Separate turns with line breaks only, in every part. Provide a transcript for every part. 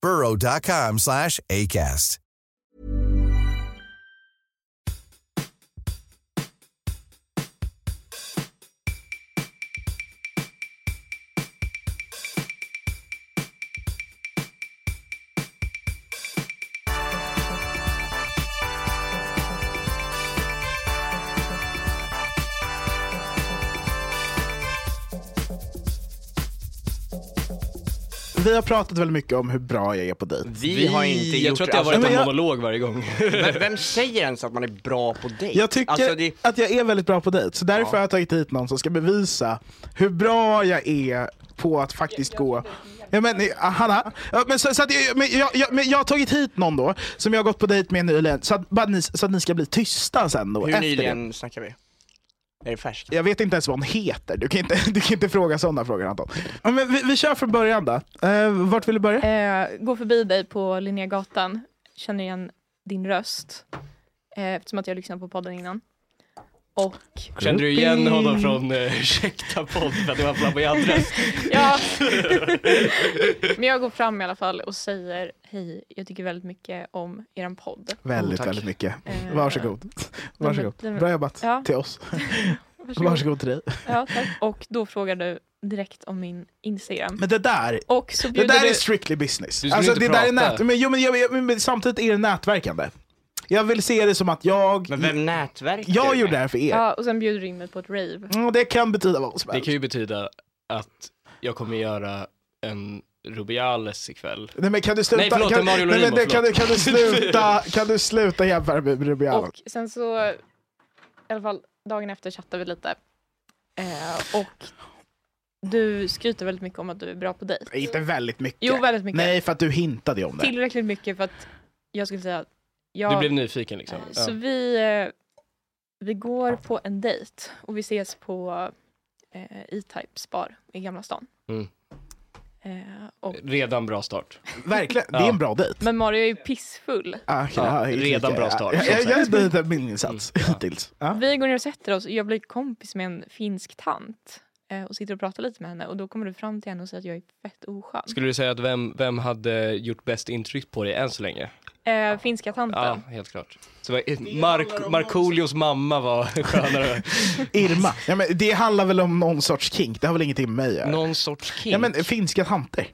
burrow.com slash ACAST.
Vi har pratat väldigt mycket om hur bra jag är på dejt.
Vi,
Vi-
har inte
jag
gjort
tror att det har varit
alltså,
en
men jag-
monolog varje gång.
Men vem säger ens att man är bra på dejt?
Jag tycker
Alltså, det,
att jag är väldigt bra på dejt, så därför har jag tagit hit någon som ska bevisa hur bra jag är på att faktiskt gå... Ja, men, eh, Hanna, Ja, men, så, så att jag, men, jag, jag, men jag har tagit hit någon då, som jag har gått på dejt med nyligen, så att, bara ni, så att ni ska bli tysta sen då.
hur
efter
nyligen snackar vi? Är det färskt?
Det. Jag vet inte ens vad hon heter, du kan inte, du kan inte fråga sådana frågor Anton. Ja, men vi, vi kör från början då. Eh, vart vill du börja?
Eh, går förbi dig på Linnégatan, känner igen din röst. Eh, eftersom att jag lyssnade på podden innan. Och
Kände du igen honom från eh, Ursäkta podd för att det var flamboyant röst?
ja. Men jag går fram i alla fall och säger hej, jag tycker väldigt mycket om eran podd.
Väldigt,
tack.
väldigt mycket.
Eh,
Varsågod. Varsågod.
den-
Bra jobbat
Ja.
till oss.
Varsågod.
Varsågod till dig.
Ja, tack. Och då frågar du direkt om min Instagram.
Men det där
Och så
Det
bjuder
där
du...
är strictly business.
Du skulle
Alltså,
inte
det där är
prata.
nät, men, jo, men, jo, men, men samtidigt är det nätverkande. Jag vill se det som att jag...
Men vem nätverkar du
jag
med?
gjorde det här för er.
Ja, och sen bjuder du in mig på ett rave.
Mm, det kan betyda vad som
Det
helst.
kan ju betyda att jag kommer göra en Rubiales ikväll.
Nej men kan du sluta...
Nej, förlåt,
kan,
det är Mario
nej, men
Lorimo,
det, kan, du,
förlåt.
kan, du sluta, kan du sluta jämföra med Rubiano?
Och sen så, i alla fall dagen efter chattade vi lite. Eh, och du skryter väldigt mycket om att du är bra på dejt.
Inte väldigt mycket.
Jo, väldigt mycket.
Nej, för att du hintade ju om det.
Tillräckligt mycket för att jag skulle säga att
Du
jag... Eh,
blev nyfiken liksom. Ja.
Så vi, eh, vi går på en dejt och vi ses på eh, E-Types bar i Gamla stan.
Mm.
Eh, och,
Redan bra start.
Verkligen, det är en bra dejt.
men Mario är ju pissfull.
Ah, okej,
Ja,
ah, jag-
redan bra start,
Jag,
Mm. så
jag,
att
jag är nöjd med min insats hittills. Ja.
Vi går ner och sätter oss. Jag blir kompis med en finsk tant eh, och sitter och pratar lite med henne. Och då kommer du fram till henne och säger att jag är fett oskön.
Skulle du säga att vem, vem hade gjort bäst intryck på dig än så länge?
Eh, finska tanten.
Ja, helt klart. Så var- Mark, Markoolios mamma var skönare.
Irma. Ja, men det handlar väl om någon sorts kink, det har väl ingenting med mig att göra?
Någon sorts king.
Ja men finska tanter.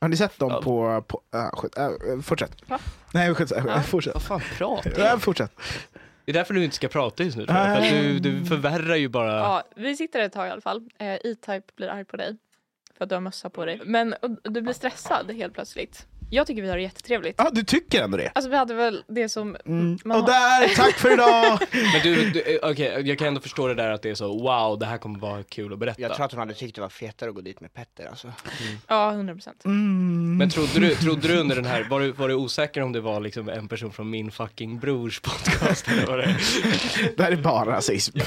Har ni sett dem
Ja.
på... på ah, skit, ah, fortsätt.
Va?
Nej, skit, ah, fortsätt.
Vad fan pratar
Ja,
jag?
fortsätt.
Det är därför du inte ska prata just nu tror jag. För att du, du förvärrar ju bara.
Ja, vi sitter ett tag i alla fall. Eh, E-Type blir arg på dig för att du har mössa på dig. Men och du blir stressad helt plötsligt. Jag tycker vi har det jättetrevligt.
Ja, du tycker ändå det? Mm.
Alltså vi hade väl det som... Mm. man
Och
har-
där, tack för idag!
Men du, du eh, okej, jag kan ändå förstå det där att det är så wow, det här kommer vara kul att berätta.
Jag tror att hon hade tyckt det var fetare att gå dit med Petter alltså.
Ja, 100 procent.
Mm.
Men trodde du, trodde du under den här, var du, var du osäker om det var liksom en person från min fucking brors podcast eller vad det är?
Det här är bara rasism.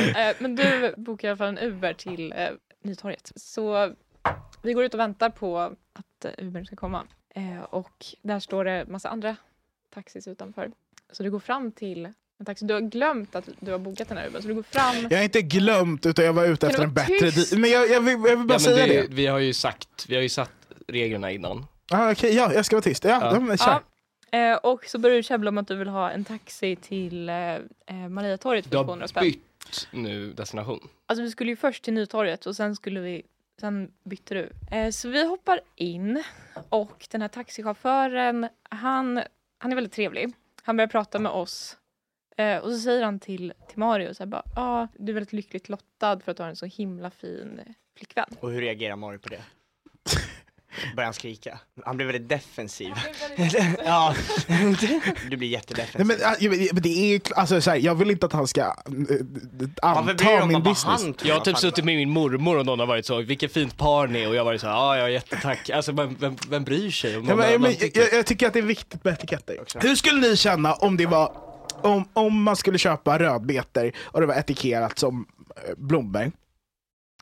eh, men du bokar i alla fall en Uber till eh, Nytorget. Så vi går ut och väntar på att eh, Ubern ska komma. Eh, och där står det massa andra taxis utanför. Så du går fram till en taxi. Du har glömt att du har bokat den här Uber. Så du går fram.
Jag har inte glömt utan jag var ute
Kan
efter
du
en
vara
bättre
tyst?
deal. Men jag, jag, vill, jag vill bara
men
säga det.
Vi har ju sagt, vi har ju satt reglerna innan.
Ah, Okej, ja, jag ska vara tyst. Ja,
Ja.
ja. men kör.
Eh, och så börjar du käbbla om att du vill ha en taxi till eh, eh, Mariatorget
Du
för 200
har
spänn.
bytt nu destination.
Alltså vi skulle ju först till Nytorget och sen skulle vi, sen bytte du. Eh, så vi hoppar in och den här taxichauffören, han, han är väldigt trevlig. Han börjar prata med oss eh, och så säger han till, till Mario så här bara, ja ah, du är väldigt lyckligt lottad för att du har en så himla fin flickvän.
Och hur reagerar Mario på det? Börjar han skrika? Han blir väldigt defensiv. ja, du blir
Nej,
jättedefensiv.
men, ah, ja, men men det är ju kl- alltså, så här, jag vill inte att han ska eh,
Varför bryr du dig
anta
om
min
vad
business.
han tror
Jag har
att
typ
han-
suttit med min mormor och någon har varit så, vilket fint par ni är. och jag har varit så, ja ja jättetack. Alltså vem, vem, vem bryr sig? Om
Ja,
någon
men,
annan
men,
tycker-
jag, jag tycker att det är viktigt med etiketter. typ. Hur skulle ni känna om det var om, om man skulle köpa rödbetor och det var etikerat som eh, blommor?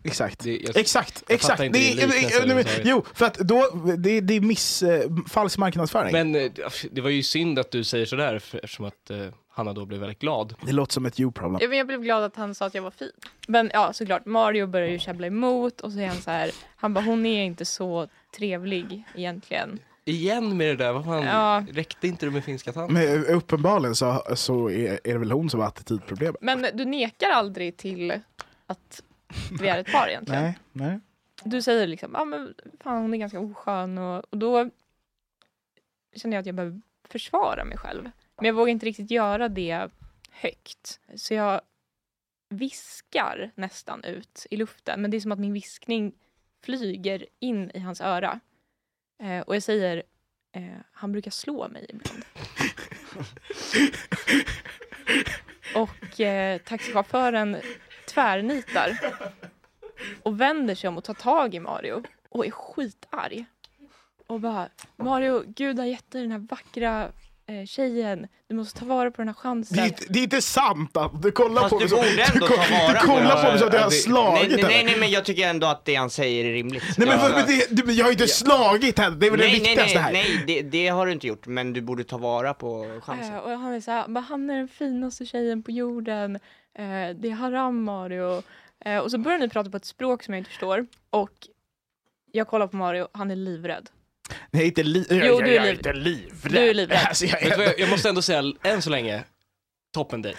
Exakt.
Det- jag-
exakt,
jag
exakt.
fattar inte din liknelse
nej, men-
överhuvudtaget.
eh, jo, för att då, det, det är miss, eh, falsk marknadsföring.
Men eh, det var ju synd att du säger sådär för- eftersom att eh, Hanna då blev väldigt glad.
det låter som ett you problem.
Ja, men jag blev glad att han sa att jag var fin. Men ja, såklart, Mario börjar ju käbbla emot och så är han så här, han bara hon är inte så trevlig egentligen.
Igen med det där, vad fan,
Ja.
räckte inte det med finska tanden?
Men eh, uppenbarligen så, så är, är det väl hon som har attitydproblemet.
Men du nekar aldrig till att vi är ett par egentligen.
Nej, nej.
Du säger liksom, ja ah, men fan hon är ganska oskön och, och då känner jag att jag behöver försvara mig själv. Men jag vågar inte riktigt göra det högt. Så jag viskar nästan ut i luften. Men det är som att min viskning flyger in i hans öra. Eh, och jag säger, eh, han brukar slå mig ibland. och eh, taxichauffören tvärnitar och vänder sig om och tar tag i Mario och är skitarg. Och bara, Mario, Gud har gett dig den här vackra eh, tjejen. Du måste ta vara på den här chansen.
Det är, inte- det är inte sant att du kollar
Fast
på mig
du
som,
borde
du,
ändå
ko-
ta vara
du
på
kollar
det.
på mig som att jag har
Ja, det-
slagit
Nej,
henne.
nej, nej, men jag tycker ändå att det han säger är rimligt.
Nej men,
Ja.
för, men det, du, men jag har ju inte slagit henne, det är väl det
nej, nej,
viktigaste här.
nej, nej det, det har du inte gjort, men du borde ta vara på chansen.
Eh, och han är så här, bara, han är den finaste tjejen på jorden. Eh, det är haram Mario. Eh, och så börjar ni prata på ett språk som jag inte förstår. Och jag kollar på Mario, han är livrädd.
Nej, inte li- jag,
Jo,
jag,
du är
jag är
liv-
inte livrädd.
du är livrädd.
Alltså, jag,
Vet du vad,
jag,
jag, jag måste ändå säga, än så länge, toppen dejt.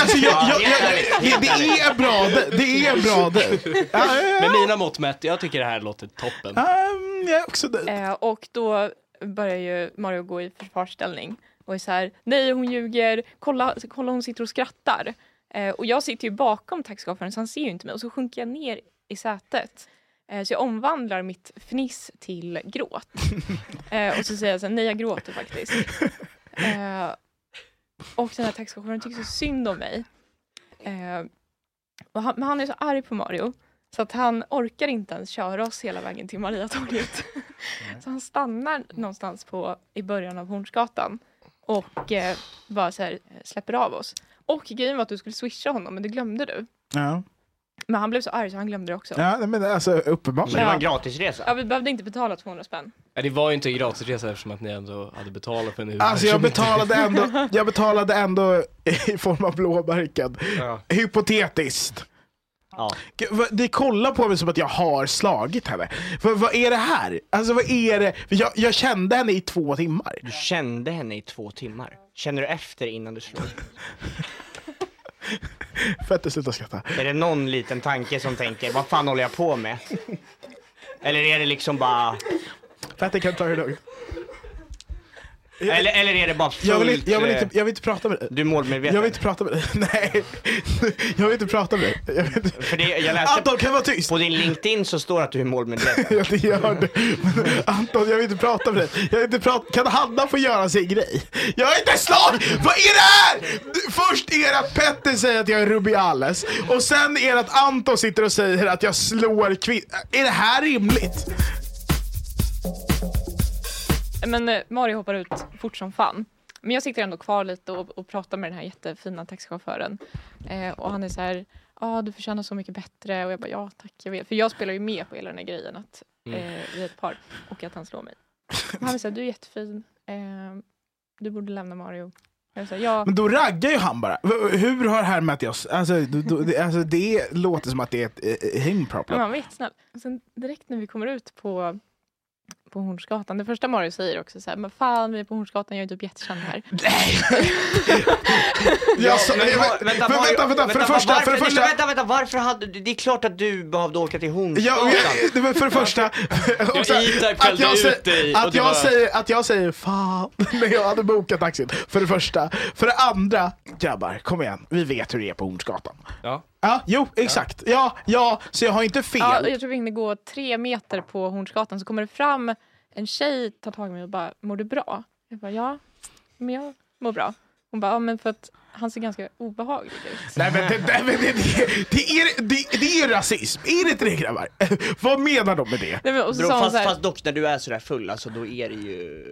alltså, jag, jag, jag,
helt ärligt,
det, det är en bra dejt. Det är en bra dejt. Ja, ja, ja.
Med mina mått mätt, jag tycker det här låter toppen.
Ehm, Jag är också dejt.
Eh, och då börjar ju Mario gå i försvarsställning och är så här, nej hon ljuger, kolla, kolla hon sitter och skrattar. Eh, och jag sitter ju bakom taxichauffören så han ser ju inte mig och så sjunker jag ner i sätet. Eh, så jag omvandlar mitt fniss till gråt. Eh, och så säger jag så här, nej jag gråter faktiskt. Eh, och den här taxichauffören tycker så synd om mig. Eh, och han, men han är så arg på Mario så att han orkar inte ens köra oss hela vägen till Mariatorget. Så han stannar någonstans på, i början av Hornsgatan och eh, bara så här, eh, släpper av oss. Och grejen var att du skulle swisha honom, men det glömde du.
Ja.
Men han blev så arg så han glömde det också. Ja.
Ja, nej, men alltså
Men det
uppenbarligen.
var en gratisresa.
vi behövde inte betala 200 spänn.
Ja, det var ju inte en gratisresa eftersom att ni ändå hade betalat för en Uber.
Alltså jag betalade ändå, jag betalade ändå i form av blåmärken.
Ja.
Hypotetiskt.
Ja.
Gud, vad- Ni kollar på mig som att jag har slagit henne. Vad, vad är det här? Alltså vad är det? Jag, jag kände henne i två timmar.
Du kände henne i två timmar. Känner du efter innan du slår?
För att sluta skratta.
Är det någon liten tanke som tänker, vad fan håller jag på med? Eller är det liksom bara,
För att jag kan ta det lugnt.
eller, eller är det bara fullt,
Jag vill, inte, jag, vill
eh,
inte, jag vill inte prata med dig.
du är målmedveten?
Jag vill inte prata med dig. Nej. Jag vill inte prata med dig. Jag vill inte...
För det, jag läste
Anton kan vara tyst!
på din LinkedIn så står att du är målmedveten.
Ja, det gör du. Men Anton, jag vill inte prata med dig. Jag vill inte prata... Kan Hanna få göra sin grej? Jag är inte slag! Vad är det här? Du- Först är det att Petter säger att jag är Rubiales. Och sen är det att Anton sitter och säger att jag slår kvinnor. Är det här rimligt?
Men eh, Mario hoppar ut fort som fan. Men jag sitter ändå kvar lite och, och pratar med den här jättefina taxichauffören. Eh, och han är så här, ja du förtjänar så mycket bättre. Och jag bara, ja tack, jag vet. För jag spelar ju med på hela den här grejen att eh, vi är ett par och att han slår mig. Och han är så här, du är jättefin. Eh, du borde lämna Mario. Jag sa, ja,
Men då raggar ju han bara. V- Hur har det här med att jag... Alltså, du- du- det- alltså det låter som att det är ett eh, him
men
problem.
han var jättesnäll. Och Sen direkt när vi kommer ut på, på Hornsgatan, det första Mario säger också så här, men fan vi är på Hornsgatan, jag är typ jättekänd här.
Jag sa-
Men,
men-
var-
men vänta, vänta. För det första, för
varför,
det
nej, men
första.
Vänta, vänta, varför hade du, det är klart att du behövde åka till
Ja,
Hornsgatan.
men- det var för det första, också,
E-Type skällde ut
sä-
dig och
att,
du
jag
bara-
säger, att jag säger fan när jag hade bokat taxin. För det första. För det andra, grabbar kom igen, vi vet hur det är på Hornsgatan.
Ja.
Ja, jo, exakt. Ja, ja, så jag har inte
Ja, och
fel.
jag tror vi hinner gå tre meter på Hornsgatan så kommer det fram en tjej, tar tag i mig och bara “mår du bra?” Jag bara “ja, men jag mår bra”. Hon bara “ja men för att han ser ganska obehaglig ut”.
Nej men det, det, men det, det, det, är, det, det är rasism, är det inte det grabbar? Vad menar de med det?
Nej, men, och så
Bro,
sa hon
fast,
så här,
fast dock när du är sådär full alltså då är det ju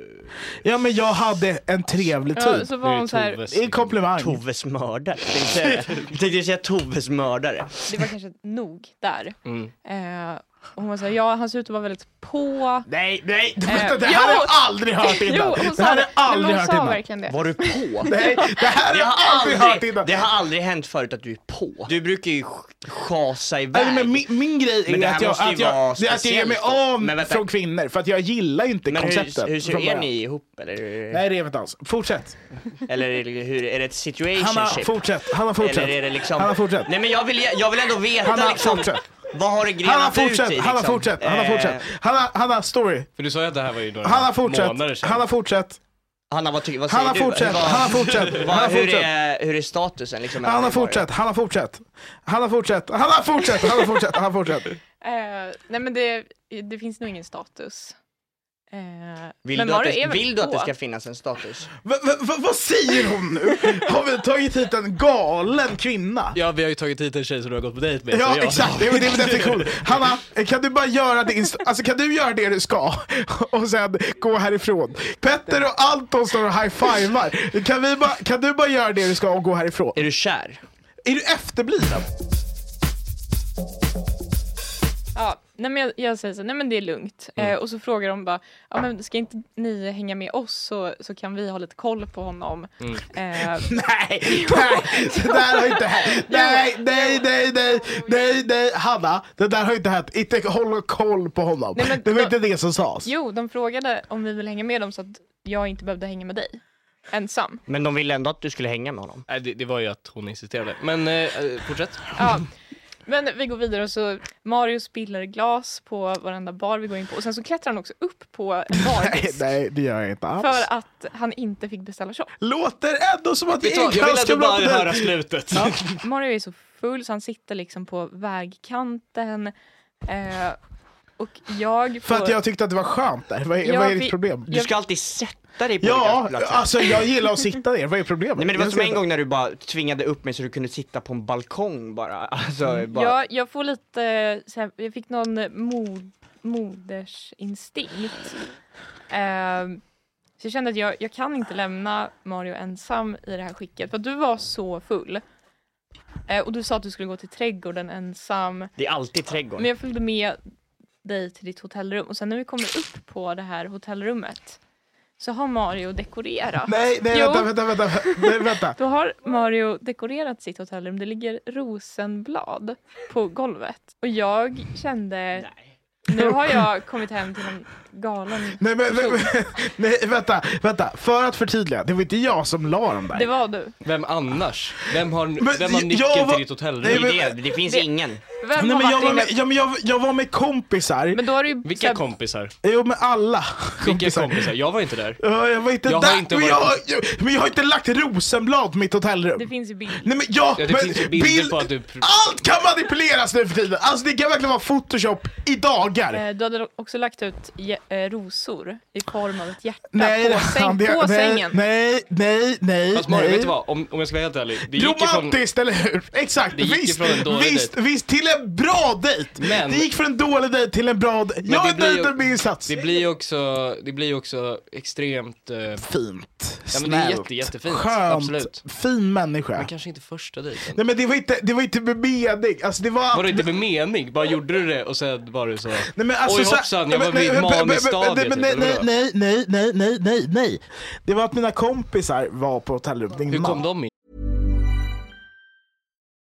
Ja men jag hade en trevlig
ja,
tid.
så
Nu är
var
det
hon så här,
Toves
Det är en komplimang.
Toves mördare. Tänkte jag säga. Jag tänkte säga Toves mördare.
det var kanske nog där.
Mm.
Eh, och hon var så här, ja han ser ut att vara väldigt på.
Nej, nej!
Vänta, det
jo!
här har jag aldrig hört innan.
Jo, hon
Det
sa
här har
det.
jag aldrig
hon
hört
sa
innan.
verkligen det.
Var du på?
Nej, det här har
Det
jag
har,
aldrig hört
aldrig,
innan.
det har aldrig hänt förut att du är på. Du brukar ju sch- schasa iväg.
Nej, men min, min grej
Men det
är
här
att jag,
måste ju
att, jag,
vara
det är att jag ger mig
speciellt då.
av
Men vänta.
från kvinnor för att jag gillar inte
Men
konceptet.
hur, hur
från
ser är
början.
ni ihop eller?
Nej, det är inte alls. Fortsätt.
Eller är det- hur, är det ett
Hanna,
situationship?
fortsätt. Hanna,
Eller är det
fortsätt.
liksom...
Hanna, fortsätt.
Nej men jag vill, jag vill ändå veta
Hanna,
liksom.
fortsätt.
Vad har det grenat
Hanna,
ut i
fortsätt.
liksom?
Hanna, fortsätt. Hanna,
Eh,
fortsätt. Hanna, Hanna, story.
För du sa ju att det här var ju några
Hanna, fortsätt.
månader sedan.
Hanna, fortsätt.
Hanna vad, ty- vad säger
Hanna,
du?
fortsätt.
Vad-
Hanna, fortsätt.
vad-
Hanna,
hur,
fortsätt.
är, hur är statusen liksom?
Hanna, fortsätt. Hanna, fortsätt. Hanna, fortsätt. Hanna, fortsätt. Hanna, fortsätt. Hanna, fortsätt.
Eh, nej men det, det finns nog ingen status. Eh,
Vill,
men
du, att
Mario
det,
är väl
vill du att det
på.
ska finnas en status?
Va, va, va, vad säger hon nu? Har vi tagit hit en galen kvinna?
Ja, vi har ju tagit hit en tjej som du har gått på dejt med.
Ja,
så
exakt. Det är det är definition. Hanna, kan du bara göra det, inst- alltså, kan du göra det du ska och sen gå härifrån? Petter och Anton står och high-fivar. Kan, vi bara, kan du bara göra det du ska och gå härifrån?
Är du kär?
Är du efterbliven?
Ja, nej men jag, jag säger så, nej men det är lugnt.
Mm.
Eh, och så frågar de bara, ja men ska inte ni hänga med oss så, så kan vi ha lite koll på honom.
Mm.
Eh,
Nej, nej, det där har inte hänt. Nej, nej, nej, nej, nej, nej, Hanna, det där har inte hänt. Inte håll koll på honom.
Nej, men
det var
då-
inte det som sades.
jo, de frågade om vi vill hänga med dem så att jag inte behövde hänga med dig. Ensam.
Men de ville ändå att du skulle hänga med honom.
Nej, det, det var ju att hon insisterade. Men eh, fortsätt.
Ja. Men vi går vidare och så Mario spiller glas på varenda bar vi går in på. Och sen så klättrar han också upp på en
Nej,
bardisk.
nej, det gör jag inte alls.
För att han inte fick beställa shot.
Låter ändå som att
Vet du vad,
jag
jag
är
vill att
ganska
du
bra
bara
på det.
höra slutet.
Mario är så full så han sitter liksom på vägkanten. Eh, och jag...
För att
får-
jag tyckte att det var skönt där. Vad, är
Ja,
vad är ditt
vi-
problem?
Du ska alltid sätta dig på
Ja,
olika platser.
alltså jag gillar att sitta ner. Vad är problemet?
Nej men det var
Jag
som
ser
en gång när du bara tvingade upp mig så du kunde sitta på en balkong bara. Alltså, bara.
Ja, jag får lite, så här, jag fick någon mod, modersinstinkt. Ehm, så jag kände att jag, jag kan inte lämna Mario ensam i det här skicket. För att du var så full. Eh, och du sa att du skulle gå till trädgården ensam.
Det är alltid trädgården.
Men jag följde med dig till ditt hotellrum. Och sen när vi kommer upp på det här hotellrummet så har Mario dekorerat.
Nej, nej
Jo.
vänta, vänta, vänta. Nej, vänta.
Då har Mario dekorerat sitt hotellrum. Det ligger rosenblad på golvet. Och jag kände,
Nej.
nu har jag kommit hem till en galen...
Nej, men, men, men, nej, vänta, vänta. För att förtydliga, det var inte jag som la dem där.
Det var du.
Vem annars? Vem har, vem har
jag
nyckeln
var-
till ditt hotellrum?
Nej,
Det,
men-
är det, det finns
Det-
ingen.
Nej,
Vem
men
har
jag,
varit
var med,
inne...
ja, men jag, jag var med kompisar.
Men då har du ju...
Vilka kompisar?
Jo, men alla
Vilka
kompisar.
kompisar? Jag var inte där.
Ja, jag var inte
Jag har
där.
inte
men, jag,
varit-
jag- men jag har inte lagt rosenblad på mitt hotellrum.
Det finns ju bilder.
Nej men ja,
Ja, det
men
finns ju bilder på att du pr-
Allt kan manipuleras nu för tiden! Alltså det kan verkligen vara photoshop i dagar!
Eh, Du hade också lagt ut je- eh, rosor i form av ett hjärta på,
fan,
säng,
det-
på
nej,
sängen.
Nej, nej, nej,
Fast Mario,
nej.
vet du vad? Om, om jag ska vara helt ärlig. Det gick ifrån,
Romantiskt, eller hur? Exakt,
Det gick
visst,
ifrån en dålig
visst,
dejt.
visst, till en bra dejt!
Men-
det gick från en dålig dejt till en bra dejt. Jag
det
är
blir
nöjd
ju-
med min insats.
Det blir ju också, det blir ju också extremt, eh,
Fint,
Ja, men det är
snällt,
jätte- jättefint.
skönt,
Absolut.
fin människa.
men kanske inte första dejten.
Nej men det var inte, det var inte med mening. Alltså det var...
Var det inte med mening? Bara gjorde du det och sen var du så,
Nej, men alltså,
oj
så här-
hoppsan
Nej,
jag
men-
var vid
nej, men-
manusstadiet.
men-
typ,
Nej,
eller
nej,
vadå?
nej, nej, nej, nej, nej, nej. Det var att mina kompisar var på hotellrummet innan.
Hur kom de in?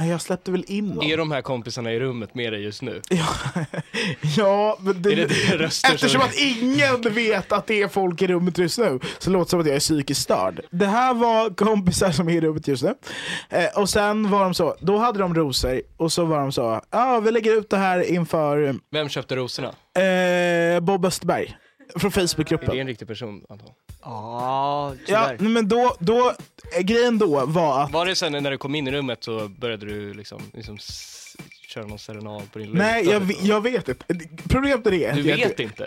Nej, Jag släppte väl in dem.
Är de här kompisarna i rummet med dig just nu?
Ja, ja men det,
Är det det röster som-
eftersom att ingen vet att det är folk i rummet just nu så låter det som att jag är psykiskt störd. Det här var kompisar som är i rummet just nu. Eh, och sen var de så, då hade de rosor och så var de så, ja ah, vi lägger ut det här inför
Vem köpte rosorna?
eh, Bob Österberg från
Är det
Facebookgruppen.
en riktig person Anton?
Ja,
Ja,
tyvärr.
nej, men då, då, eh, grejen då var att
Var det sen när du kom in i rummet så började du liksom, liksom s- köra någon serenad på din luta?
Nej, jag,
liksom?
ve- jag vet inte. Problemet med det är
Du
att jag
vet inte?